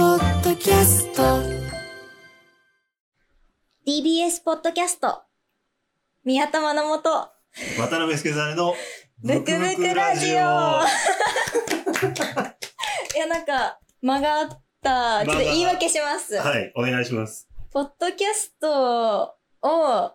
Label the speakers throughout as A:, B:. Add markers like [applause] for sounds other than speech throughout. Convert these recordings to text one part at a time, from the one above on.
A: キャスト
B: TBS ポッドキャスト宮田のもと
C: 渡辺助さんの
B: ブクブクラジオい [laughs] やなんか間があったちょっと言い訳します、
C: はい、お願いします。
B: ポッドキャストを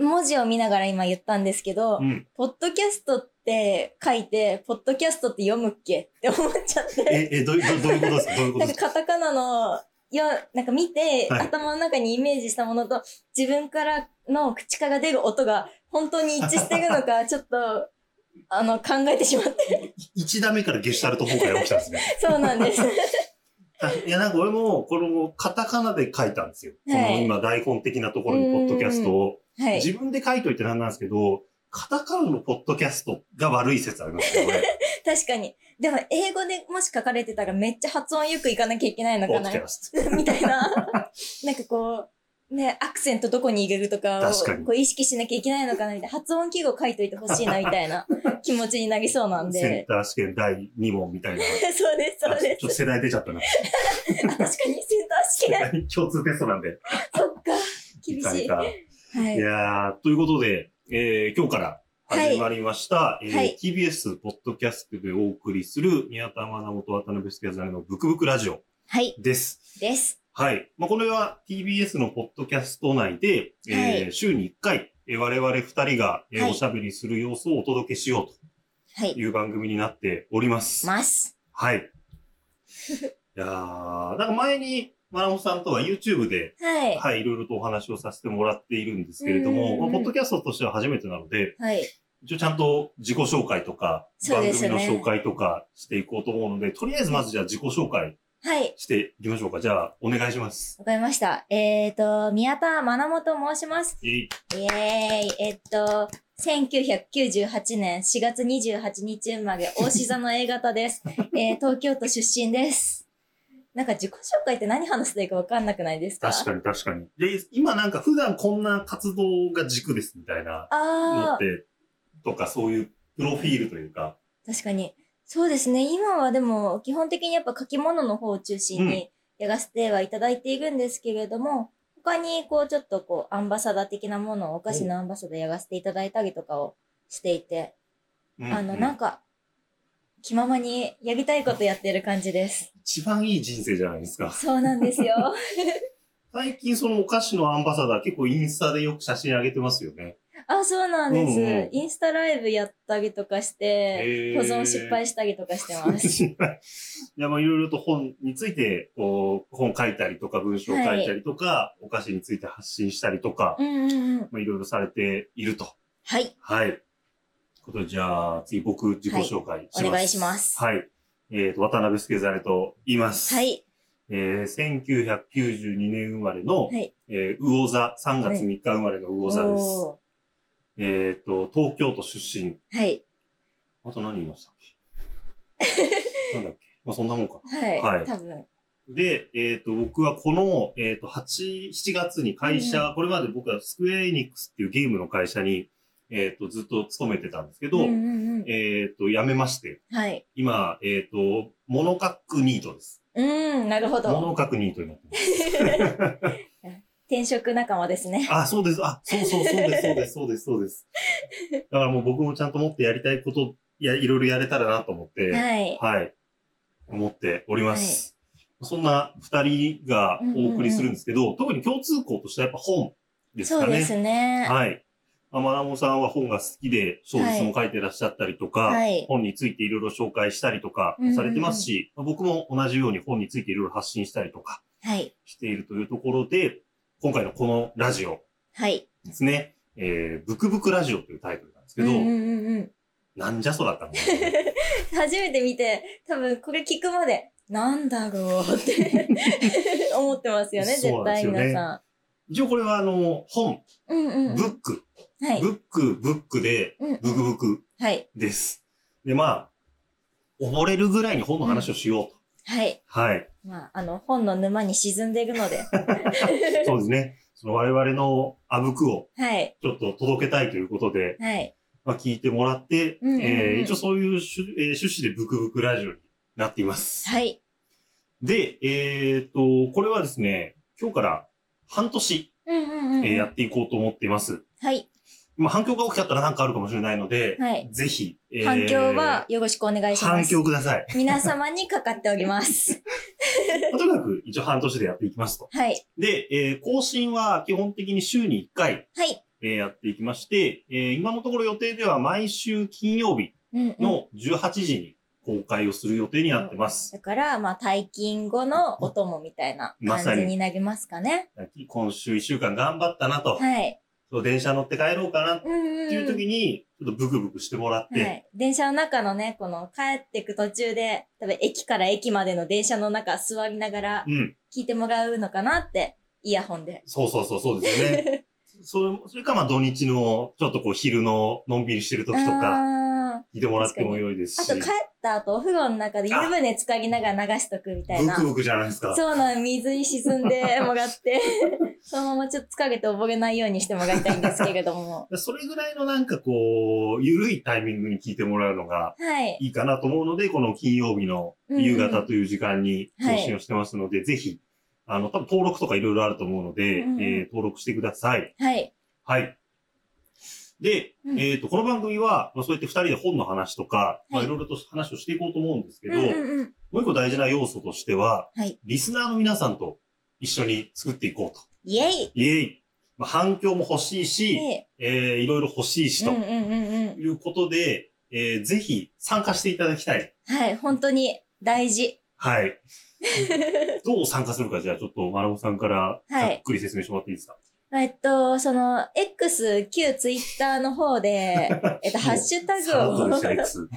B: 文字を見ながら今言ったんですけど、
C: うん。
B: ポッドキャストって書いてポッドキャストって読むっけって思っちゃって
C: え、え、どういう、どういうことですかどういうこ
B: な
C: とで
B: ん
C: す
B: か
C: か
B: カタカナのやなんか見て、
C: はい
B: 頭の中にイメージしたものと自分からの口から出る音が本当に一致してるの
C: [laughs]
B: かちょっとあの考えてしまって
C: 一打目からゲシュタルト崩壊が起きたんですね。
B: そうなん
C: [laughs]
B: です
C: あいや、なんか俺も、このカタカナで書いたんですよ。
B: はい
C: この今、大根的なところにポッドキャストを。
B: はい
C: 自分で書いといてなんなんですけど、カタカナのポッドキャストが悪い説ありますね、これ。
B: 確かにでも英語でもし書かれてたらめっちゃ発音よくいかなきゃいけ [laughs] ないの
C: ポ
B: か
C: ッ
B: な
C: ドキャス
B: [laughs] みたいななんかこうねアクセントどこに入れるとかを
C: 確かに
B: こう意識しなきゃいけないのかなみたいな発音記号書いといてほしいなみたいな気持ちになりそうなん
C: ト。セン [laughs]
B: で
C: ター試験第2問みたいな。
B: [laughs] そうですそう
C: あちょ
B: で
C: っ
B: す
C: と世代出ちゃったな。 [laughs]
B: 確かにセンター試験が
C: 共通テストなんで。
B: そっか厳
C: い
B: しい。
C: か
B: は
C: んいかん
B: い。
C: いやー、ということで、えー、今日から始まりました、えー
B: はい
C: TBS ポッドキャストでお送りする宮田真直と渡辺助さんのブクブクラジオ
B: はい。
C: です。
B: です。
C: はい。まあ、これは TBS のポッドキャスト内で、えー
B: は
C: 週に1回、えー我々2人が、えー
B: はい
C: おしゃべりする様子をお届けしよう
B: はい
C: と。いう番組になっております。
B: ます。
C: はい。いやー、なんか前に、まなもさんとは YouTube で、
B: はい。
C: はい、いろいろとお話をさせてもらっているんですけれど
B: うんう
C: も、
B: ん
C: ま
B: う
C: あ
B: ん
C: ポッドキャストとしては初めてなので、
B: はい。
C: 一応ちゃんと自己紹介とか、
B: そう
C: 番
B: です
C: 組
B: ね
C: の紹介とかしていこうと思うので、とりあえずまずじゃあ自己紹介
B: はい。
C: していきましょうか。じゃあ、お願いします。
B: わかりました。えっ、ー、と、宮田まなもと申します。
C: えい
B: イエーイ。えっと、1998年4月28日生ま
C: [laughs]
B: れ、大志座の A 型です。えー、東京都出身です。なんか自己紹介って何話していいかわかんなくないですか
C: 確
B: か
C: かに確かに。で、今なんか普段こんな活動が軸ですみたいなの
B: あ
C: っ
B: あ、
C: て、とかそういうプロフィールというか、
B: 確かに。そうですね。今はでも、基本的にやっぱ書き物の方を中心にやらせてはいただいているんですけれども、他にこうちょっとこう、アンバサダー的なものを、お菓子のアンバサダーやらせていただいたりとかをしていて、
C: うん
B: あの、
C: うん
B: なんか、気ままにやりたいことやってる感じ
C: [laughs]
B: です。
C: 一番いい人生じゃないですか。
B: そうなんですよ。
C: 最近そのお菓子のアンバサダー結構インスタでよく写真上げてますよね。
B: あ、そうなんです、
C: うんうん
B: インスタライブやったりとかして、
C: へー
B: 保存失敗したりとかしてます。
C: [laughs] いや、まあいろいろと本について、こう、本書いたりとか、文章書いたりとか、お菓子について発信したりとか、
B: うんうんうん。
C: まあ、いろいろされていると。
B: はい。
C: はい。ことでじゃあ、次僕自己紹介します。
B: お願いします
C: はい。えっ、と、渡辺助れと言います。
B: は。い。
C: えー、1992年生まれの、
B: はい。
C: えー、魚座、3月3日生まれの魚座です。
B: お
C: えっ、と、東京都出身。
B: ーはい。
C: あと何言いましたっ
B: [laughs]
C: けなんだっけまあ、そんなもんか。
B: はい。
C: はい
B: 多分。
C: で、えっ、と、僕はこの、えっ、と、8、7月に会社、これまで僕はスクエアエニックスっていうゲームの会社に、えっ、と、ずっと勤めてたんですけ
B: う
C: ど、
B: んうんう
C: えっ、と、辞めまして、
B: ん。はい。
C: 今、えっ、と、モノカックニートです。
B: うん、なるほ
C: モ
B: ど。
C: ノカックニートになってます。
B: 転職仲間ですね。
C: あ、そうです。あ、そうそう、そうです、そうです、そうです、そうです。だからもう僕もちゃんともっとやりたいこと、や、いろいろやれたらなと思って、
B: はい。
C: はい。思っております。そんな二人がお送りするんですけど、特に共通項としてはやっぱ本です
B: そ
C: か
B: うで
C: ね。
B: すね。
C: はい。まあまなもさんは本が好きで小説も書いてらっしゃったりとか、
B: はい
C: 本についていろいろ紹介したりとかされてますし、まあ僕も同じように本についていろいろ発信したりとか
B: はい。
C: しているというところで、今回のこのラジオ
B: はい。
C: ですね、えー、ブクブクラジオというタイトルなんですけ
B: うん
C: ど、
B: うんうんうん。 [laughs]
C: なんじゃそらったんですよね。
B: 初めて見て、多分これ聞くまで、なんだろうって [laughs] 思ってますよね、絶
C: そうなんです
B: 対
C: よね
B: 皆さ
C: 一応これはあの、本、
B: ん。うんうんうん。
C: ブック
B: はい。
C: ブック、ブックで、
B: うんうん
C: ブクブク
B: はい。
C: です。で、まあ、溺れるぐらいに本の話をしようと。
B: はい。
C: はい。
B: まあ、あの、本の沼に沈んでいるので。
C: [laughs] そうですね。その我々のあぶくを
B: はい。
C: ちょっと届けたいということで、
B: はい。
C: まあ、聞いてもらって、
B: うんうんうん
C: えー一応そういう趣,、えー趣旨でブクブクラジオになっています。
B: はい。
C: で、えっ、と、これはですね、今日から半年、
B: うんうんうん。
C: えーやっていこうと思っています。
B: はい。
C: まあ、反響が大きかったら何かあるかもしれないので、
B: はい
C: ぜひ、えー
B: 反響はよろしくお願いしま
C: 反
B: す。
C: 響ください。
B: 皆様にかかっております。
C: とにかく一応半年でやっていきますと。
B: はい。
C: で、えー更新は基本的に週に1回、
B: はい。
C: えーやっていきまして、えー今のところ予定では毎週金曜日
B: うん、うん。
C: の18時に公開をする予定になってます。
B: だから、まあ、退勤後のお供みたいな
C: まさ
B: 感
C: に
B: じになりますかね。
C: 今週1週間頑張ったなと、
B: はい。
C: そう電車乗って帰ろうかなっ
B: うんうん、うん。
C: ていう時に、ちょっとブクブクしてもらって、
B: はい。電車の中のね、この帰ってく途中で、多分駅から駅までの電車の中座りながら
C: うん、
B: 聞いてもらうのかなって、イヤホンで。
C: そうそうそうそうですよね。
B: [laughs]
C: それそれか、まあ土日の、ちょっとこう昼ののんびりしてる時とか、
B: あ
C: 聞いてもらっても良いです
B: ーあ
C: し
B: と、帰、った後お風呂の中で湯船浸かりながら流しとくみたい
C: ブ
B: な。
C: クブクじゃないですか。
B: そうなの、水に沈んでもら
C: [laughs]
B: って、そのままちょっと疲れて溺れないようにしてもらいたいんですけれど
C: [laughs]
B: も。
C: それぐらいのなんかこう、ゆるいタイミングに聞いてもらうのが
B: はい。
C: いいかなと思うので、この金曜日の夕方という時間に
B: うんうん
C: 更新をしてますので、ぜひ、あの、多分登録とかいろいろあると思うので、
B: うんうん
C: えー登録してください。
B: はい。
C: はい。で、
B: うん
C: えっ、と、この番組は、まあ、そうやって二人で本の話とか、まあ、
B: はい
C: いろいろと話をしていこうと思うんですけ
B: う
C: ど、
B: んうんうん。
C: もう一個大事な要素としては、
B: はい
C: リスナーの皆さんと一緒に作っていこうと。
B: イェイ
C: イエイ、まあ、反響も欲しいし、
B: え
C: えーいろいろ欲しいし
B: えう
C: と
B: んうんうんうん。
C: いうことで、えーぜひ参加していただきたい。
B: はい、本当に大事。 [laughs]
C: はい。どう参加するか、じゃあちょっと、丸尾さんから、ざ
B: はい
C: っくり説明してもらっていいですか、
B: えっと、その、X、旧ツイッターの方
C: [laughs]
B: で、えっと、ハッシュタ
C: サ
B: グを、
C: ンド
B: は
C: でした
B: い、
C: X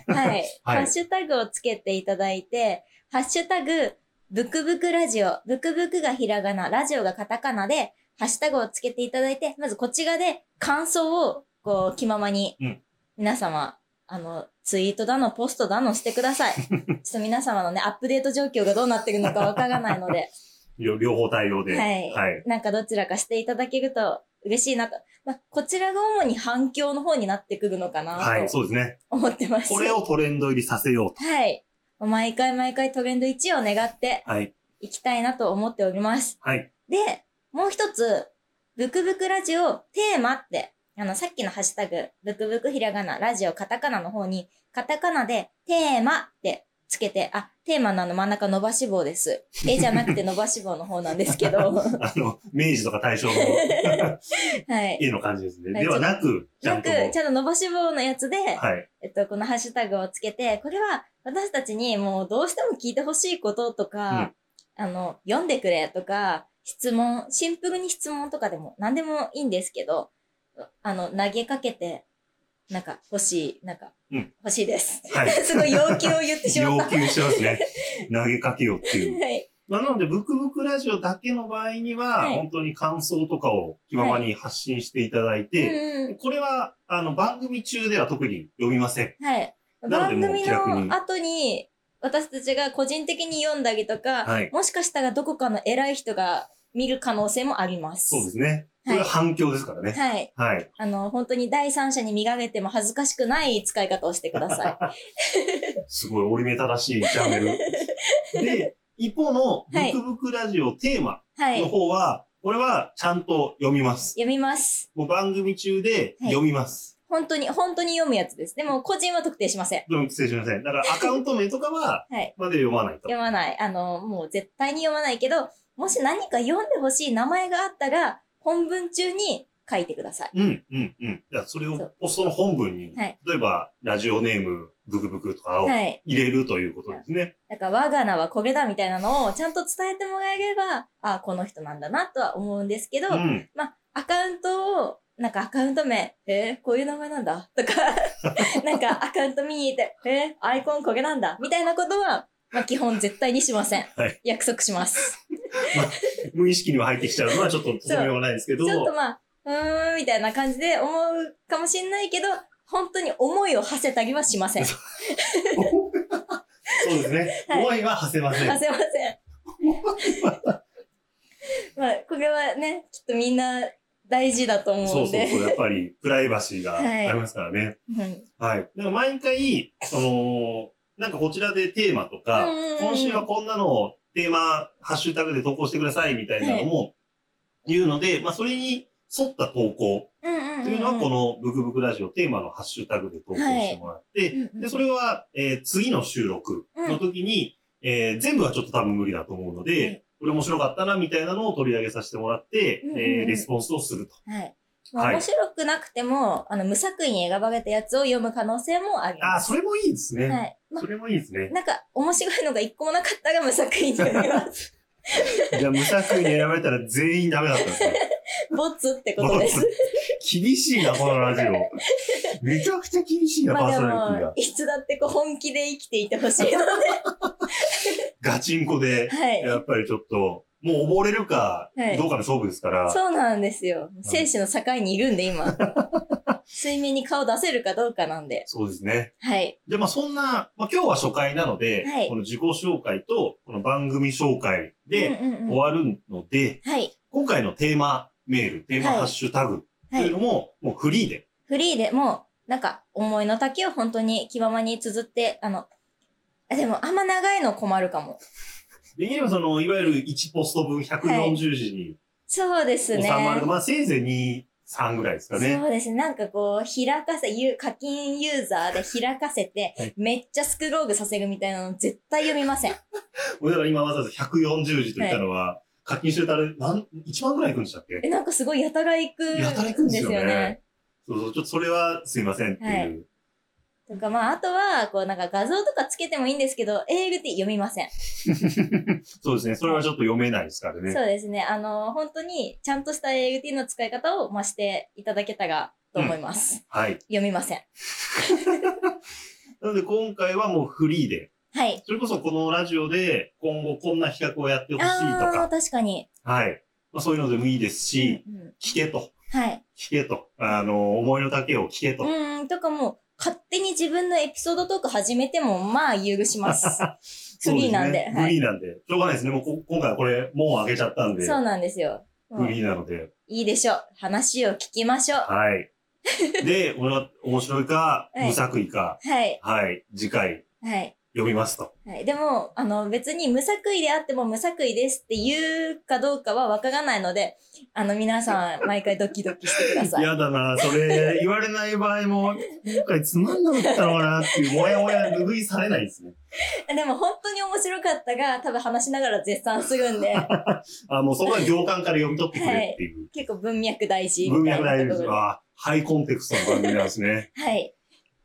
C: [laughs]
B: ハッシュタグをつけていただいて、ハッシュタグ、ブクブクラジオ、ブクブクがひらがな、ラジオがカタカナで、ハッシュタグをつけていただいて、まずこちらで感想を、こう、気ままに
C: うん、
B: 皆様、あの、ツイートだの、ポストだのしてくだ
C: [laughs]
B: さい。ちょっと皆様のね、アップデート状況がどうなってるのかわからないの
C: [laughs]
B: で、
C: 両両方対応で。
B: はい
C: はい。
B: なんかどちらかしていただけると嬉しいなと。まあ、こちらが主に反響の方になってくるのか
C: は、
B: ないと
C: そうですね。
B: 思ってます。
C: これをトレンド入りさせようと。
B: はい。毎回毎回トレンド1位を願って
C: はい。
B: いきたいなと思っております。
C: はい。
B: で、もう一つ、ブクブクラジオテーマって、あの、さっきのハッシュタグ、ブクブクひらがな、ラジオカタカナの方に、カタカナでテーマってつけて、あ、テーマのあの真ん中伸ばし棒です。絵じゃなくて伸ばし棒の方なんですけど、は
C: あの、明治とか大正の
B: い。
C: 絵の感じですね。
B: [laughs] はい
C: ではなく、ちゃ
B: なんく
C: とも。、
B: ちゃんと伸ばし棒のやつで、
C: はい。
B: えっと、このハッシュタグをつけて、これは私たちにもうどうしても聞いてほしいこととか、あの、読んでくれとか、質問、シンプルに質問とかでも何でもいいんですけど、あの、投げかけて、なんか欲しい、なんか
C: うん
B: 欲しいです。
C: は
B: [laughs]
C: い。
B: すごい要求を言ってしま
C: 要
B: った。は
C: 求してますね。投げかけようっていう。
B: い。
C: まあなので、ブクブクラジオだけの場合には、
B: はい
C: 本当に感想とかを気ままに発信していただいうて、
B: んうん
C: これは、あの、番組中では特に読みません。
B: はい。
C: なので
B: 番組
C: もう気楽に
B: の後に、私たちが個人的に読んだりとか、
C: はい
B: もしかしたらどこかの偉い人が見る可能性もあります。
C: そうですね。こ
B: はい
C: れは反響ですからね。
B: はい。
C: はい。
B: あの、本当に第三者に見られても恥ずかしくない使い方をしてくださ
C: すごい折り目正しいチャンネ
B: [laughs]
C: ル。で、一方の、
B: はい
C: ブクブクラジオテーマ
B: い。は
C: の
B: い。
C: 方は、これはちゃんと読みます。
B: 読みます。
C: もう番組中で読みます。
B: 本当に、本当に読むやつです。でも、個人は特定しません。、
C: でも失礼しません。だからアカウント名とかは
B: はい
C: まで読まないと。
B: 読まない。あの、もう絶対に読まないけど、もし何か読んでほしい名前があったら、本文中に書いてください。
C: うん、うん、うん。じゃあそれ
B: そ
C: を
B: う、
C: その本文に、
B: はい
C: 例えば、ラジオネーム、ブクブクとかを
B: はい。
C: 入れるということですね。
B: なんか、我が名はこれだみたいなのをちゃんと伝えてもらえれば、あ、この人なんだなとは思うんですけど、
C: うん。
B: まあ、アカウントを、なんかアカウント名、えーこういう名前なんだとか、 [laughs] なんかアカウント見に行って、えーアイコンこれなんだみたいなことは、まあ、基本絶対にしません。
C: はい
B: 約束します。
C: 無意識には入ってきちゃうのはちょっととめようがないですけ
B: ち
C: ど、
B: ょっとまあ、うーん、みたいな感じで思うかもしんないけど、本当に思いを馳せたりはしません。馳
C: そうですね。
B: はい
C: 思いは馳せませ
B: せ
C: ん。
B: ません。 [laughs] まあ、これはね、きっとみんな大事だと思
C: そううんそう
B: で。
C: そう、やっぱりプライバシーがありますからね。
B: うん
C: はい。だから毎回、その、なんかこちらでテーマとか、
B: うんうんうん
C: 今週はこんなのをテーマ、ハッシュタグで投稿してくださいみたいなのも、言うので、まあそれに沿った投稿
B: うんうんうん。
C: というのは、このブクブクラジオテーマのハッシュタグで投稿してもらって、
B: うんうん
C: で、それは、えー次の収録の時に、えー全部はちょっと多分無理だと思うので、
B: はい
C: これ面白かったなみたいなのを取り上げさせてもらって、
B: うんうんうん
C: えーレスポンスをすると。
B: はい。まあ
C: はい
B: 面白くなくても、あの、無作為に選ばれたやつを読む可能性もあり
C: あ
B: ま
C: あ、
B: す。
C: それもいいですね。
B: はい。ま
C: それもいいです
B: あ、
C: ね。
B: なんか、面白いのが一個もなかったら無作為に読みます。 [laughs]
C: じゃあ、無作為に選ばれたら全員ダメだったんですね。
B: ボツってこと
C: [laughs]
B: です。
C: 厳しいな、このラジオ。めちゃくちゃ厳しいな、パ
B: ま
C: ー
B: あで
C: ソナリティ
B: も
C: が、。
B: いつだってこう本気で生きていてほし
C: [laughs]
B: いので。
C: ガチンコで、
B: はい。
C: やっぱりちょっと、もう溺れるか、
B: はい
C: どうかの勝負ですから。
B: そうなんですよ。生死の境にいるんで、
C: [laughs]
B: 今。水面に顔出せるかどうかなんで。
C: そうですね。
B: はい。
C: で、まあそんな、まあ今日は初回なので、
B: はい
C: この自己紹介と、この番組紹介で
B: うんうんうん
C: 終わるので、
B: はい。
C: 今回のテーマメール、テーマ
B: はい
C: ハッシュタグと
B: はいいう
C: の。も、もうフリーで。
B: フリーでもう、なんか、思いの丈を本当に気ままに綴って、あの、あでも、あんま長いの困るかも。
C: できればその、いわゆる1ポスト分140字に
B: そうです
C: 収
B: ね。
C: まる。まあせいぜい2、3ぐらいですかね。
B: そうですね。なんかこう、開かせ、ゆ課金ユーザーで開かせて、
C: はい
B: めっちゃスクロールさせるみたいなの絶対読みません。
C: 俺だから今わざわざ140字と言ったのは、課金してたら、なん、1万ぐらいいくんでしたっけ
B: え、なんかすごいやたら行く
C: やたら行くん
B: ん
C: で
B: ですす
C: よ
B: よ
C: ね
B: ね。
C: そうそう、ちょっとそれはすいませんっていう。
B: はとか、まあ、あとは、こう、なんか画像とかつけてもいいんですけど、英語って読みません。
C: そうですね、それはちょっと読めないですからね。
B: そうですね。あの、本当に、ちゃんとした AUT の使い方を、まあ、していただけたらと思います。
C: はい。
B: 読みません。
C: なので今回はもうフリーで、
B: はい。
C: それこそこのラジオで今後こんな企画をやってほしいと
B: ああー、
C: か、
B: 確かに。
C: はい。まあ、そういうのでもいいですし、
B: うんうん
C: 聞けと、
B: はい。
C: 聞けと、あの、思いの丈を聞け
B: う
C: と。
B: ーん、とかもう、勝手に自分のエピソードトーク始めても、まあ、許し
C: [laughs]
B: ます。フリーなんで
C: そうす
B: は
C: ね
B: い
C: フリーなんで。しょうがないですね。もうこ今回はこれ、もう上げちゃったんで、
B: そうなんですよ。も
C: フ
B: う
C: リーなので。
B: いいでしょう。話を聞きましょう。
C: はい。で、俺は面白いか、
B: はい
C: 無作為か、
B: はい。
C: はい、次回
B: はい。
C: 読みますと。
B: はい、でも、あの、別に無作為であっても無作為ですって言うかどうかはわからないので、あの、皆さん、毎回ドキドキしてください。
C: 嫌だな、それ、言われない場合も、今回つまんなかったのかなっていう、もやもや拭いされないですね。
B: [laughs] でも、本当に面白かったが、多分話しながら絶賛するん
C: [laughs]
B: で、
C: あ、もうそこは行間から読み取ってくれっていう。
B: 結構文脈大事
C: 文
B: みた
C: 脈
B: い
C: 大
B: な
C: 事で
B: とこ
C: す。
B: ろ
C: あハイコンテクストの番組なんですね。
B: で。はい。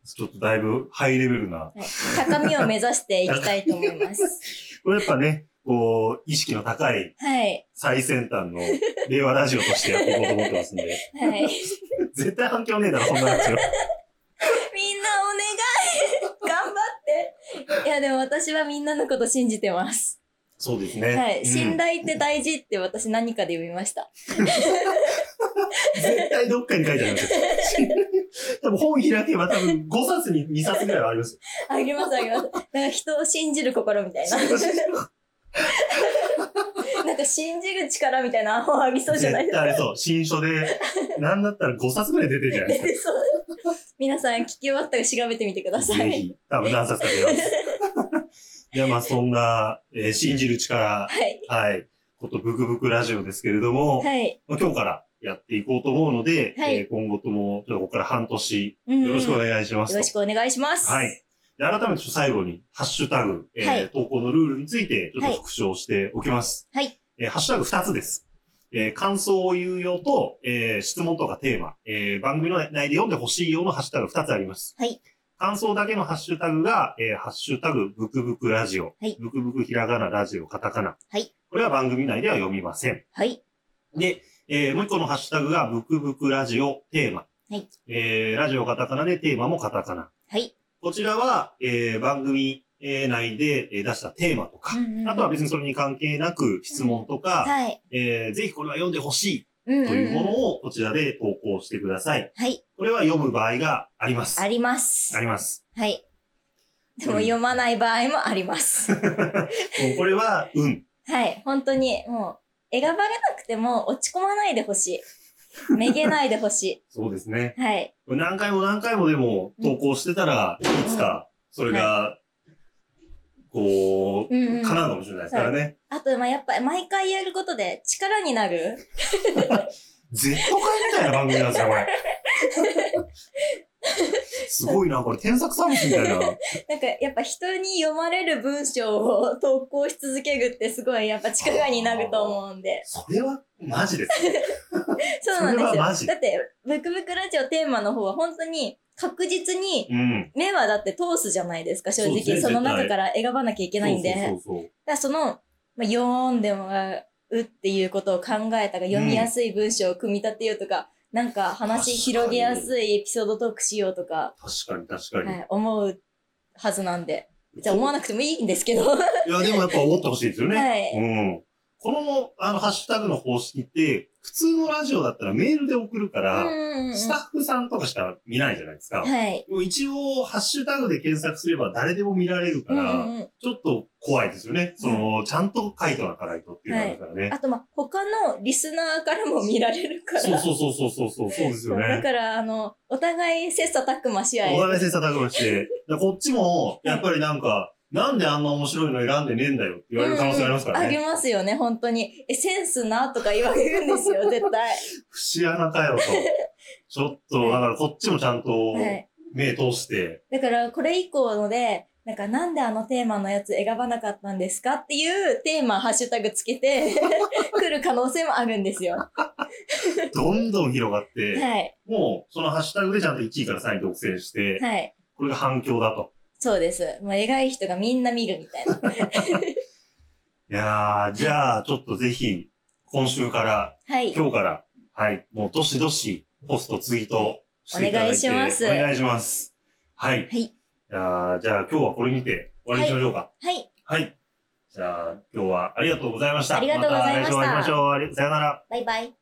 C: ちょっとだいぶハイレベルな。
B: はい、高みを目指していきたいと思います。
C: これやっぱね、こう、意識の高い
B: はい。
C: 最先
B: [laughs]
C: 端の令和ラジオとしてやっていこうと思ってますんで。
B: はい。みん [laughs] な
C: 絶対反響ねえだろ、こんなラジオ。
B: お願い頑張っていや、でも私はみんなのこと信じてます。
C: そうですね。
B: はい。
C: うん
B: 信頼って大事って私何かで読みました。
C: 絶対どっかに書いてあります
B: [laughs]
C: よ。多分本開けば多分5冊に2冊ぐらいはありますよ。
B: あげますあ
C: [laughs]
B: げます。なんか人を信じる心みたいな。なんか信じる力みたいな本あり [laughs] そうじゃないで
C: 絶
B: すか。
C: 対そう。新書で、なんだったら5冊ぐらい出てるじゃないで
B: そう皆さん聞き終わったら調べてみてくだ
C: す
B: さ
C: か。ぜ
B: い。
C: ひ、多分何冊か出
B: [laughs]
C: ます。じゃあまあそんな、えー信じる力、
B: はい。
C: はい、ことブクブクラジオですけれども、
B: はい。
C: まあ今日からやっていこうと思うので、
B: はい
C: えー今後とも、ちょっとここから半年、
B: うん
C: よろしくお願いしますと。
B: よろしくお願いします。
C: はい。。で改めてちょっと最後に、ハッシュタグ、えー
B: はい
C: 投稿のルールについて、ちょっと復唱しておきます。
B: はい。
C: えーハッシュタグ2つです。えー感想を言う用と、えー質問とかテーマ、えー番組の内で読んでほしい用のハッシュタグ2つあります。
B: はい。
C: 感想だけのハッシュタグが、えーハッシュタグ、ブクブクラジオ。
B: はい
C: ブクブクひらがな、ラジオ、カタカナ。
B: はい。
C: これは番組内では読みません。
B: はい。
C: で、えーもう一個のハッシュタグが、ブクブクラジオ、テーマ。
B: はい。
C: えーラジオカタカナで、テーマもカタカナ。
B: はい。
C: こちらは、えー番組えー内でえー出したテーマとか、
B: うんうん
C: あとは別にそれに関係なく質問とか、
B: はい。
C: えーぜひこれは読んでほし
B: うんう
C: い
B: ん
C: というもの
B: うん
C: をこちらで投稿してください。
B: はい。
C: これは読む場合があります。
B: あります
C: あ。ります。
B: はい。でも読まない場合もあり
C: [laughs]
B: ます。
C: もうこれは、うん。
B: はい。本当に、もう、選ばれなくても落ち込まないでほしい。めげないでほし
C: そうですね。
B: い。はい。
C: 何回も何回もでも投稿してたら、いつかそれがこ
B: うんうん
C: う、からかもしれないですからね。
B: あと、まあ、やっぱ、毎回やることで力になる。
C: Z 会みたいな番組なんですよ、
B: [laughs]
C: これ。すごいな、これ、添削サービスみたいな。
B: なんか、やっぱ人に読まれる文章を投稿し続けるってすごい、やっぱ力になると思うんで。
C: それは、マジですね。
B: そうなん
C: それはマ
B: です
C: ジ
B: よ。だって、ブクブクラジオテーマの方は本当に確実に
C: うん。
B: 目はだって通すじゃないですか、正直。
C: そう
B: そ
C: ですね
B: の中から選ばなきゃいけないんで。
C: そうそうそう
B: だからその、まあ、読んでもらうっていうことを考えたら読みやすい文章を組み立てようとか、なんか話広げやすいエピソードトークしようとか、
C: そう。確かに、確かに。
B: はい、思うはずなんで。じゃあ思わなくてもいいんですけど。
C: いや、でもやっぱ思ってほしいですよね。
B: はい
C: うん。この、あの、ハッシュタグの方式って、普通のラジオだったらメールで送るか
B: う
C: ら、
B: んうんうん
C: スタッフさんとかしか見ないじゃないですか。
B: はい。
C: でも一応、ハッシュタグで検索すれば誰でも見られるか
B: うん
C: ら、
B: うんうん
C: ちょっと怖いですよね。その、ちゃんと書いておかないとっていうのがあるからね。
B: あと、まあ、他のリスナーからも見られるから。
C: そうそうそうそうそうそう、そうですよ
B: だ
C: ね。
B: から、あの、お互い切磋琢磨し合
C: お
B: え
C: 互い切磋琢磨して、でこっちも、やっぱりなんか、なんであんな面白いの選んでねえんだよって言われる可能性ありますからね。
B: うんうんあげますよね、本当に。え、センスなとか言われるんですよ、絶対。
C: 節穴かよと。ちょっと、だからこっちもちゃんと
B: はい。
C: 目通して、
B: だから、これ以降ので、なんか、なんであのテーマのやつ選ばなかったんですかっていうテーマ、ハッシュタグつけて、 [laughs] 来る可能性もあるんですよ。は
C: どんどん広がっ
B: い。
C: て、
B: はい。
C: もうそのハッシュタグでちゃんと1位から3位独占して、これが反響だと。
B: そうです。もう、偉い人がみんな見るみたいな。
C: いやー、じゃあちょっとぜひ、今週から、
B: はい。
C: 今日から、はい、もうどしどし、ポスト、ツイートしていただいて。
B: お願いします
C: お願いします。はい。
B: はい
C: やーじゃあ今日はこれにて終わりにしましょうか。
B: はい。
C: はい。じゃあ今日はありがとうございました。
B: ありがとうございました
C: た来週お会いしましょう。ありさよなら。
B: バイバイ。